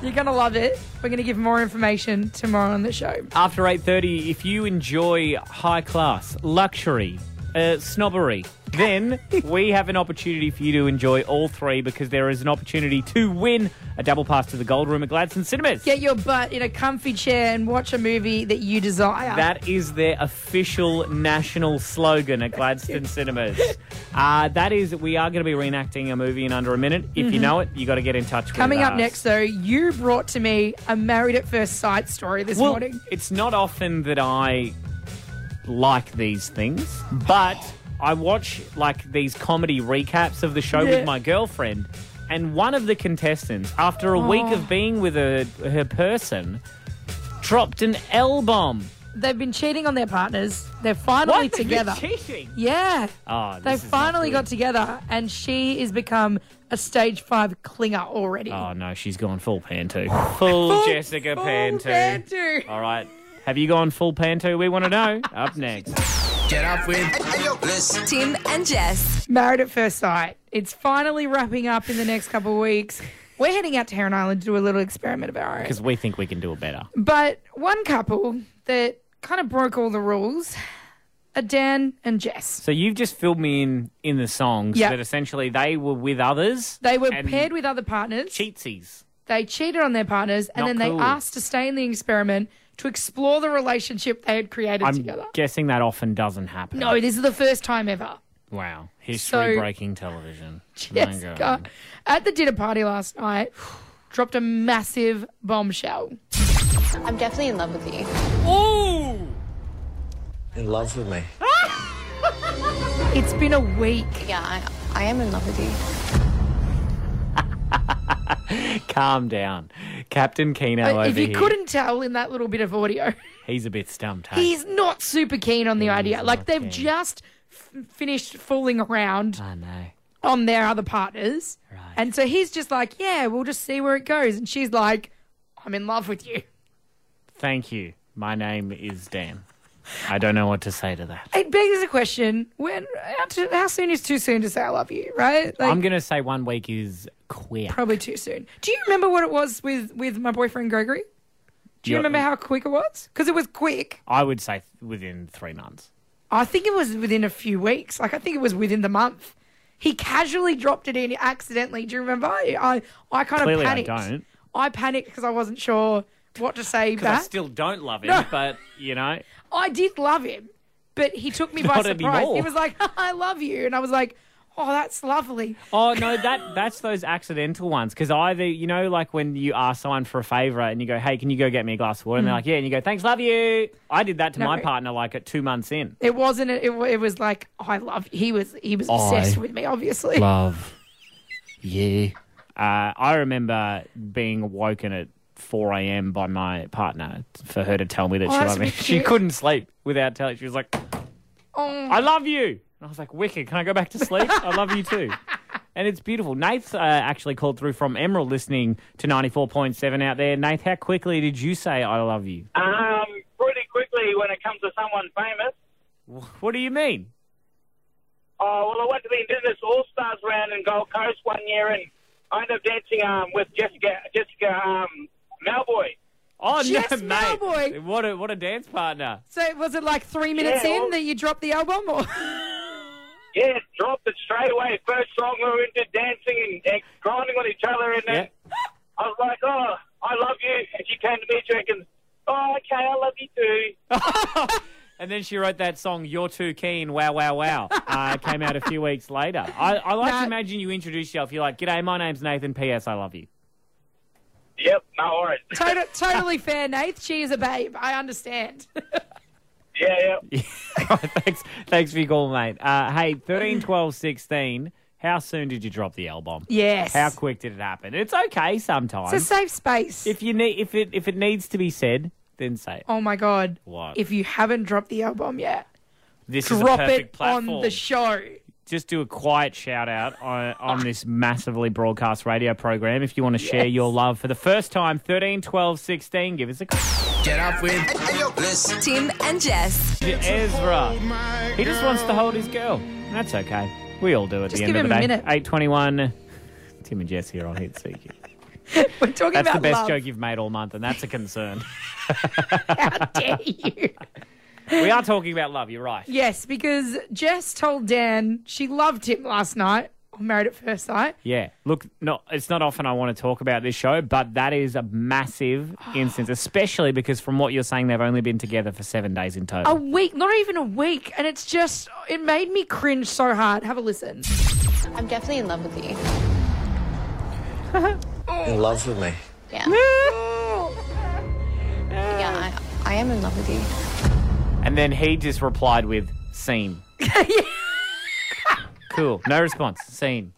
S2: You're going to love it. We're going to give more information tomorrow on the show.
S1: after 8.30 if you enjoy high class luxury uh, snobbery then we have an opportunity for you to enjoy all three because there is an opportunity to win a double pass to the gold room at gladstone cinemas
S2: Get your butt in a comfy chair and watch a movie that you desire.
S1: that is their official national slogan at Gladstone Cinemas. Uh, that is, we are going to be reenacting a movie in under a minute. If you know it, you got to get in touch.
S2: Mm-hmm. Coming
S1: with uh,
S2: up
S1: us.
S2: next, though, you brought to me a married at first sight story this
S1: Well,
S2: morning.
S1: it's not often that I like these things, but I watch like these comedy recaps of the show
S2: Yeah.
S1: with my girlfriend, and one of the contestants, after a week of being with her, her person, dropped an L bomb.
S2: They've been cheating on their partners. They're finally
S1: What? They've been
S2: together.
S1: cheating?
S2: Yeah.
S1: Oh, this
S2: they
S1: is not
S2: finally
S1: good.
S2: got together, and she has become a stage five clinger already.
S1: Oh no, she's gone full panto. Full, Jessica panto.
S2: panto.
S1: All right. Have you gone full panto? We want to know. Up next.
S7: Get up with
S6: Tim and Jess.
S2: Married at First Sight. It's finally wrapping up in the next couple of weeks. We're heading out to Heron Island to do a little experiment of our own.
S1: Because we think we can do it better.
S2: But one couple that kind of broke all the rules are Dan and Jess.
S1: So you've just filled me in in the songs
S2: Yeah.
S1: that essentially they were with others.
S2: They were
S1: and
S2: paired with other partners.
S1: cheatsies.
S2: They cheated on their partners, and
S1: Not
S2: then
S1: cool.
S2: they asked to stay in the experiment to explore the relationship they had created
S1: I'm
S2: together.
S1: guessing that often doesn't happen.
S2: No, this is the first time ever.
S1: Wow. History breaking television. My
S2: Jessica,
S1: God.
S2: at the dinner party last night, dropped a massive bombshell.
S13: I'm definitely in love with you.
S2: Oh!
S14: In love with me.
S2: It's been a week.
S13: Yeah, I, I am in love with you.
S1: Calm down. Captain Keno
S2: But
S1: over
S2: if you
S1: here.
S2: couldn't tell in that little bit of audio,
S1: He's a bit stumped, hey?
S2: he's not super keen on the idea. Like they've just f- finished fooling around
S1: I know.
S2: on their other partners, and so he's just like, "Yeah, we'll just see where it goes," and she's like, "I'm in love with you."
S1: Thank you. My name is Dan. I don't know what to say to that.
S2: It begs the question: When? How, to, how soon is too soon to say I love you? Right? Like
S1: I'm going to say one week is queer.
S2: probably too soon. Do you remember what it was with with my boyfriend Gregory? Do you
S1: Yeah.
S2: remember how quick it was? Because it was quick.
S1: I would say th- within three months.
S2: I think it was within a few weeks. Like I think it was within the month. He casually dropped it in accidentally. Do you remember? I I, I kind
S1: Clearly,
S2: of
S1: I
S2: panicked.
S1: don't.
S2: I panicked because I wasn't sure what to say
S1: Because I
S2: back.
S1: still don't love him,
S2: No.
S1: but, you know,
S2: I did love him, but he took me by
S1: Not
S2: surprise. He
S1: anymore.
S2: was like, "I love you," and I was like, "Oh, that's lovely."
S1: Oh no, that that's those accidental ones. Because either you know, like when you ask someone for a favour and you go, "Hey, can you go get me a glass of water?" and they're
S2: Mm.
S1: like, "Yeah," and you go, "Thanks, love you." I did that to my
S2: No.
S1: partner like at two months in.
S2: It wasn't. It, wa- it was like oh, I love. He was. He was obsessed
S1: I
S2: with me. Obviously.
S1: Love, yeah. Uh, I remember being woken at four a.m. by my partner for her to tell me that
S2: Oh,
S1: she
S2: that's
S1: loved
S2: a
S1: me.
S2: bit
S1: She
S2: cute.
S1: couldn't sleep without telling. She was like,
S2: Oh.
S1: "I love you," and I was like, "Wicked, can I go back to sleep? I love you too." And it's beautiful. Nate's uh, actually called through from Emerald, listening to ninety four point seven out there. Nate, how quickly did you say "I love you"?
S15: Um, pretty quickly when it comes to someone famous.
S1: What do you mean?
S15: Oh, well, I went to the Indigenous All Stars round in Gold Coast one year, and I ended up dancing um, with Jessica Jessica um, Malboy.
S1: Oh
S2: Jess
S1: no, mate! What a what a dance partner!
S2: So was it like three minutes
S15: Yeah,
S2: in
S15: well-
S2: that you dropped the album, or
S15: Yeah, dropped it straight away. First song we were into dancing and, and grinding on each other, and then I was like, "Oh, I love you," and she came to me drinking. Oh, okay, I love you too.
S1: And then she wrote that song "You're Too Keen." Wow, wow, wow! Uh, it came out a few weeks later. I, I like to imagine you introduce yourself. You're like, "G'day, my name's Nathan. P.S. I love you."
S15: Yep, no worries.
S2: Total, Tota-, totally fair, Nath? She is a babe. I understand.
S15: Yeah,
S1: yeah. thanks, thanks for your call, mate. Uh, hey, 13, 12, 16, How soon did you drop the L bomb?
S2: Yes.
S1: How quick did it happen? It's okay sometimes.
S2: It's a safe space.
S1: if you need, if it if it needs to be said, then say it.
S2: Oh my god!
S1: What?
S2: If you haven't dropped the album yet,
S1: This
S2: drop
S1: is a
S2: it
S1: perfect platform.
S2: on the show.
S1: just do a quiet shout out on, on this massively broadcast radio program. If you want to share
S7: Yes.
S1: your love for the first time, 13, 12, 16, give us a call.
S7: Get up with
S6: Tim and Jess.
S1: Ezra. He just wants to hold his girl. And That's okay. We all do at
S6: Just
S1: the end
S6: give
S1: of the
S6: him
S1: day.
S6: a minute.
S1: 821. Tim and Jess here on Hit CQ.
S2: We're talking
S1: that's
S2: about
S1: the best
S2: love.
S1: joke you've made all month, and that's a concern.
S2: Dare you?
S1: we are talking about love, you're right.
S2: Yes, because Jess told Dan she loved him last night. on Married at first sight.
S1: Yeah. Look, no, it's not often I want to talk about this show, but that is a massive instance, especially because from what you're saying, they've only been together for seven days in total.
S2: A week, not even a week, and it's just it made me cringe so hard. Have a listen.
S13: I'm definitely in love with you.
S14: In love with me.
S13: Yeah. yeah, I, I am in love with you.
S2: Oh.
S1: And then he just replied with scene. cool. No response. Scene.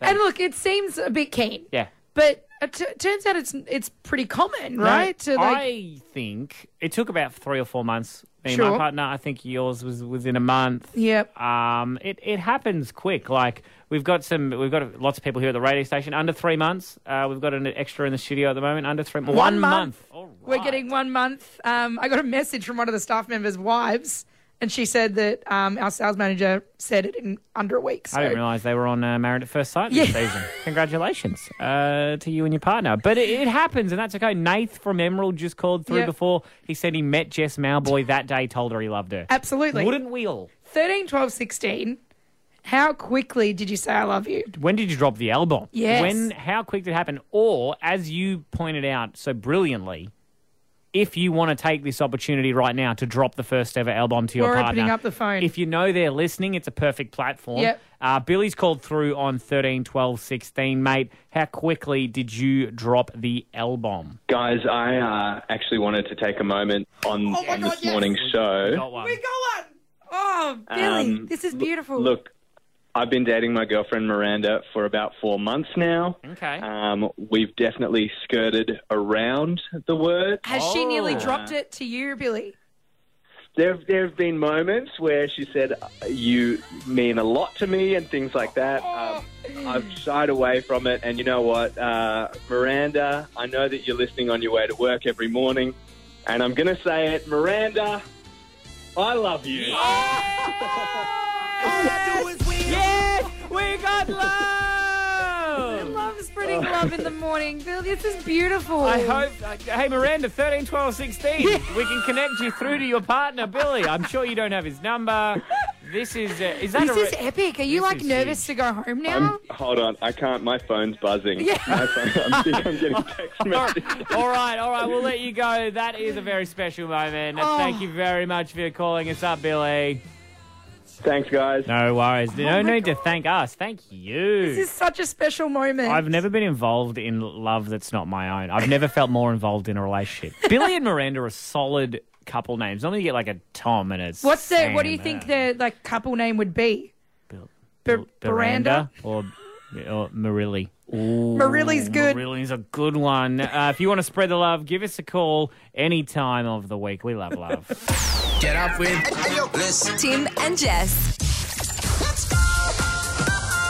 S2: And look, it seems a bit keen,
S1: Yeah.
S2: but It t- turns out it's it's pretty common, right?
S1: No,
S2: to like,
S1: I think it took about three or four months. Me and
S2: Sure.
S1: my partner, I think yours was within a month.
S2: Yep.
S1: Um, it, it happens quick. Like we've got some, we've got lots of people here at the radio station under three months. Uh, we've got an extra in the studio at the moment under three. One, month.
S2: We're getting one month. Um, I got a message from one of the staff members' wives, and she said that um, our sales manager said it in under a week. So
S1: I didn't realise they were on uh, Married at First Sight this season. Congratulations uh, to you and your partner. But it, it happens, and that's okay. Nath from Emerald just called through
S2: Yep.
S1: before. He said he met Jess Malboy that day, told her he loved her.
S2: absolutely.
S1: Wouldn't we all?
S2: 13, 12, 16. How quickly did you say I love you?
S1: When did you drop the album?
S2: Yes.
S1: When? How quick did it happen? Or, as you pointed out so brilliantly, if you want to take this opportunity right now to drop the first ever album to your
S2: We're
S1: partner,
S2: opening up the phone.
S1: If you know they're listening, it's a perfect platform.
S2: Yep.
S1: Uh, Billy's called through on 13, 12, 16. Mate, how quickly did you drop the L bomb?
S16: Guys, I uh, actually wanted to take a moment on,
S13: Oh
S16: on this morning's show.
S2: We got one. Oh, Billy,
S16: Um,
S2: this is
S13: Oh.
S2: beautiful.
S16: Look, I've been dating my girlfriend Miranda for about four months now.
S2: Okay.
S9: Uh,
S16: Um, we've definitely skirted around the word.
S2: Has she nearly
S1: oh.
S2: dropped it to you, Billy?
S16: There, there have been moments where she said, "You mean a lot to me," and things like that. Um, I've shied away from it, and you know what, uh, Miranda? I know that you're listening on your way to work every morning, and I'm gonna say it, Miranda. I love you.
S2: Yes, we got love. love spreading love in the morning, Billy. This is beautiful.
S1: Oh. I hope. uh, Hey, Miranda, 13, 12, 16. We can connect you through to your partner, Billy. I'm sure you don't have his number. This is. Uh, is that
S2: This
S1: a
S2: is
S1: re-
S2: epic. Are you like nervous to go home now?
S16: I'm, hold on, I can't. My phone's buzzing.
S2: Yeah.
S16: My phone, I'm, think I'm getting text messages.
S1: all right, all right, we'll let you go. That is a very special moment. And
S16: Oh.
S1: Thank you very much for calling us up, Billy.
S16: Thanks, guys.
S1: No worries. No need to thank us. Thank you.
S2: This is such a special moment.
S1: I've never been involved in love that's not my own. I've never felt more involved in a relationship. Billy and Miranda are solid couple names. Normally you get like a Tom and a
S2: What's the?
S1: Sam,
S2: What do you
S1: uh,
S2: think their like couple name would be? Bill,
S1: Miranda or, or Marilli. Ooh,
S2: Marilli's good.
S1: Marilli's a good one. Uh, if you want to spread the love, give us a call any time of the week. We love love.
S7: Get up with
S6: Bliss. Tim and Jess.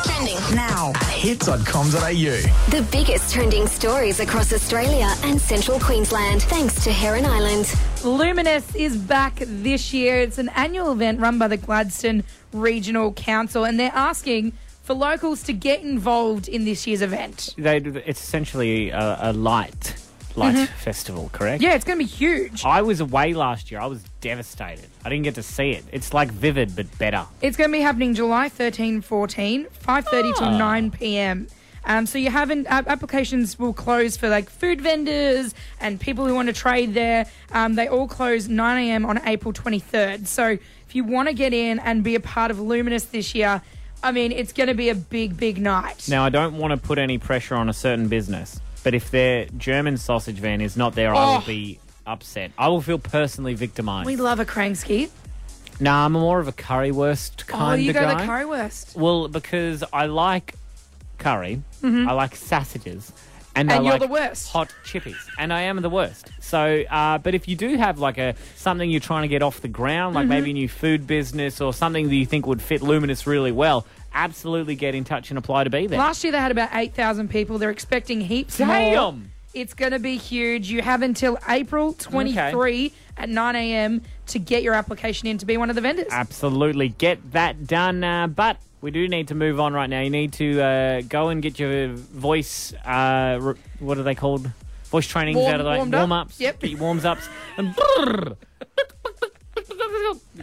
S8: Trending.
S7: now. Hits.com.au.
S8: The biggest trending stories across Australia and central Queensland, thanks to Heron Island.
S2: Luminous is back this year. It's an annual event run by the Gladstone Regional Council, and they're asking for locals to get involved in this year's event.
S1: they, it's essentially a, a light light festival, correct?
S2: Mm-hmm. Yeah, it's going to be huge.
S1: I was away last year. I was devastated. I didn't get to see it. It's like vivid but better.
S2: It's going to be happening July 13, 14, 5.30 till
S1: Ah.
S2: 9 p.m. Um, so you haven't uh, applications will close for like food vendors and people who want to trade there. Um, they all close 9 a.m. on April 23rd. So if you want to get in and be a part of Luminous this year, I mean it's going to be a big, big night.
S1: Now I don't want to put any pressure on a certain business, but if their German sausage van is not there, I
S2: Oh.
S1: will be upset. I will feel personally victimized.
S2: We love a Krankski.
S1: nah, I'm more of a currywurst
S2: Oh,
S1: kind
S2: you
S1: of
S2: go
S1: guy.
S2: the currywurst.
S1: Well, because I like curry,
S2: Mhm.
S1: I like sausages,
S2: And,
S1: and, I
S2: you're
S1: like
S2: the worst.
S1: hot chippies, and I am the worst. So, uh, but if you do have like a something you're trying to get off the ground, like
S2: Mhm.
S1: maybe a new food business or something that you think would fit Luminous really well, absolutely get in touch and apply to be there.
S2: Last year they had about 8,000 people. They're expecting heaps more.
S1: Damn.
S2: It's going to be huge. You have until April 23 at 9 a.m. to get your application in to be one of the vendors.
S1: Absolutely, get that done. Uh, but we do need to move on right now. You need to uh, go and get your voice. Uh, re- what are they called? Voice trainings
S2: Warm-
S1: out of the
S2: warmed up?
S1: warm ups. Yep. Get your warms ups. And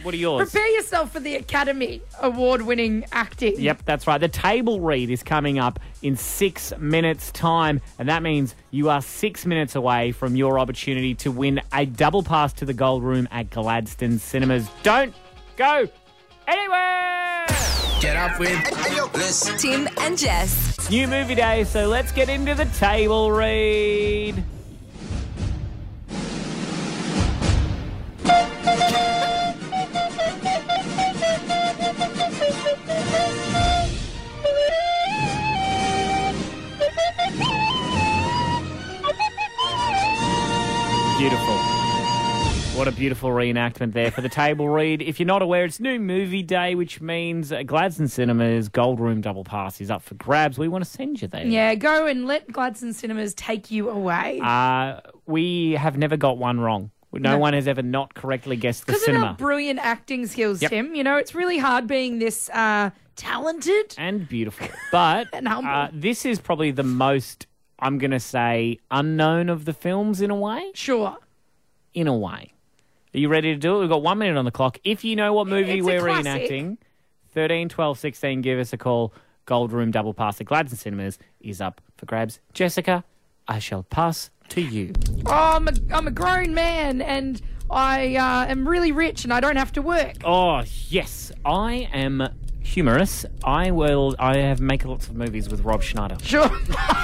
S1: what are yours?
S2: Prepare yourself for the Academy Award winning acting.
S1: Yep, that's right. The table read is coming up in six minutes' time, and that means you are six minutes away from your opportunity to win a double pass to the Gold Room at Gladstone Cinemas. Don't go anywhere!
S7: Get up with
S6: Bliss. Tim and Jess.
S1: It's new movie day, so let's get into the table read. What a beautiful reenactment there for the table read. If you're not aware, it's new movie day, which means uh, Gladstone Cinema's Gold Room Double Pass is up for grabs. We want to send you there.
S2: Yeah, go and let Gladstone Cinemas take you away.
S1: Uh, we have never got one wrong. No,
S2: No.
S1: one has ever not correctly guessed the
S2: Because of our
S1: cinema.
S2: brilliant acting skills,
S1: Yep.
S2: Tim. You know, it's really hard being this uh, talented.
S1: and beautiful. But
S2: And humble.
S1: uh, this is probably the most, I'm going to say, unknown of the films in a way.
S2: Sure.
S1: In a way. Are you ready to do it? We've got one minute on the clock. If you know what movie
S2: It's a
S1: we're
S2: classic.
S1: reenacting, 13, 12, 16, give us a call. Gold Room Double Pass at Gladstone Cinemas is up for grabs. Jessica, I shall pass to you.
S2: Oh, I'm a, I'm a grown man and I uh, am really rich and I don't have to work.
S1: Oh yes, I am humorous. I will. I have make lots of movies with Rob Schneider.
S2: Sure.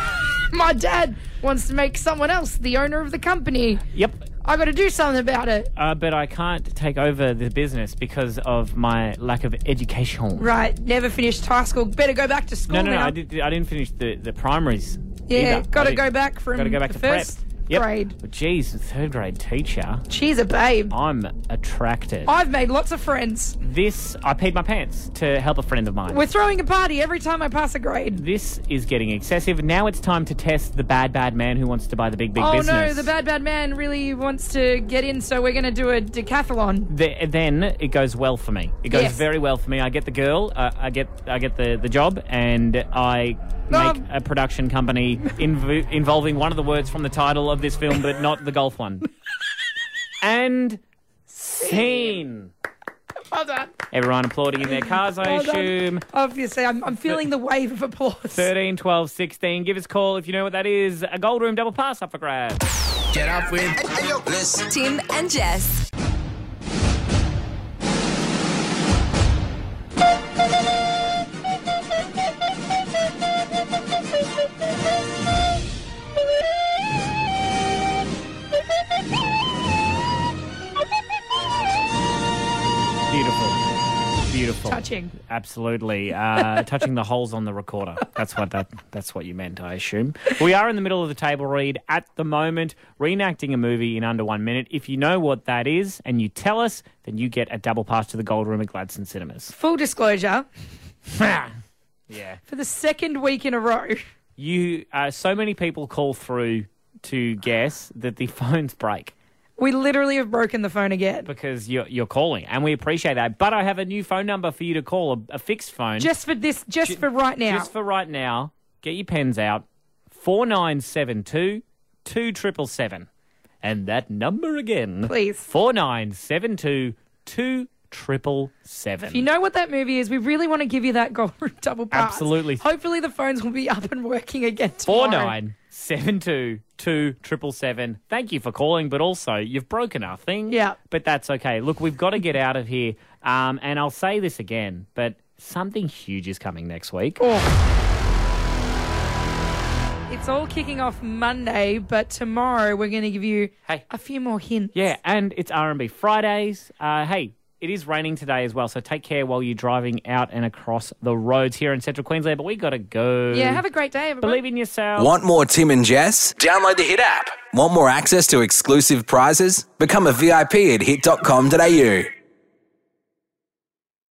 S2: My dad wants to make someone else the owner of the company.
S1: Yep.
S2: I got to do something about it.
S1: Uh, but I can't take over the business because of my lack of education.
S2: Right, never finished high school. Better go back to school
S1: No, no, no.
S2: now.
S1: I, did, I didn't finish the, the primaries.
S2: Yeah,
S1: either.
S2: gotta
S1: I did-
S2: go back from
S1: Gotta go back
S2: Mm, the
S1: to prep.
S2: first
S1: Yep.
S2: grade.
S1: Well, geez, the third grade teacher.
S2: She's a babe.
S1: I'm attracted.
S2: I've made lots of friends.
S1: this I peed my pants to help a friend of mine.
S2: We're throwing a party every time I pass a grade.
S1: this is getting excessive. Now it's time to test the bad, bad man who wants to buy the big, big
S2: oh
S1: business.
S2: no, the bad bad man really wants to get in, so we're gonna do a decathlon.
S1: The- then it goes well for me. It goes
S2: Yes.
S1: very well for me. I get the girl, uh, I get I get the, the job, and I make
S2: Um.
S1: a production company inv- involving one of the words from the title of this film, but not the golf one. and scene.
S2: Well done.
S1: Everyone applauding in their cars, I
S2: Well done.
S1: assume.
S2: Obviously, I'm, I'm feeling the wave of applause.
S1: 13, 12, 16. Give us a call if you know what that is. A gold room double pass up for grabs.
S7: Get up with Bliss.
S6: Tim and Jess.
S1: Beautiful. Beautiful.
S2: Touching.
S1: Absolutely. Uh, touching the holes on the recorder. That's what that that's what you meant, I assume. We are in the middle of the table read at the moment, reenacting a movie in under one minute. If you know what that is and you tell us, then you get a double pass to the gold room at Gladstone Cinemas.
S2: Full disclosure,
S1: yeah.
S2: for the second week in a row,
S1: You uh, so many people call through to guess that the phones break.
S2: we literally have broken the phone again.
S1: Because you're, you're calling, and we appreciate that. But I have a new phone number for you to call, a, a fixed phone.
S2: Just for this, just for right now.
S1: Just for right now, get your pens out. 4972 2777. And that number again.
S2: Please.
S1: 4972 2777.
S2: if you know what that movie is, we really want to give you that gold room double pass.
S1: Absolutely.
S2: Hopefully, the phones will be up and working again tomorrow.
S1: 4972 2777. Thank you for calling, but also you've broken our thing.
S2: Yeah.
S1: But that's okay. Look, we've got to get out of here. Um, and I'll say this again, but something huge is coming next week.
S2: It's all kicking off Monday, but tomorrow we're going to give you
S1: Hey.
S2: a few more hints.
S1: Yeah, and it's R&B Fridays. Uh, hey, it is raining today as well, so take care while you're driving out and across the roads here in Central Queensland. But we gotta go.
S2: Yeah, have a great day, everybody.
S1: believe in yourself.
S5: Want more Tim and Jess? Download the Hit app. Want more access to exclusive prizes? Become a VIP at hit.com.au.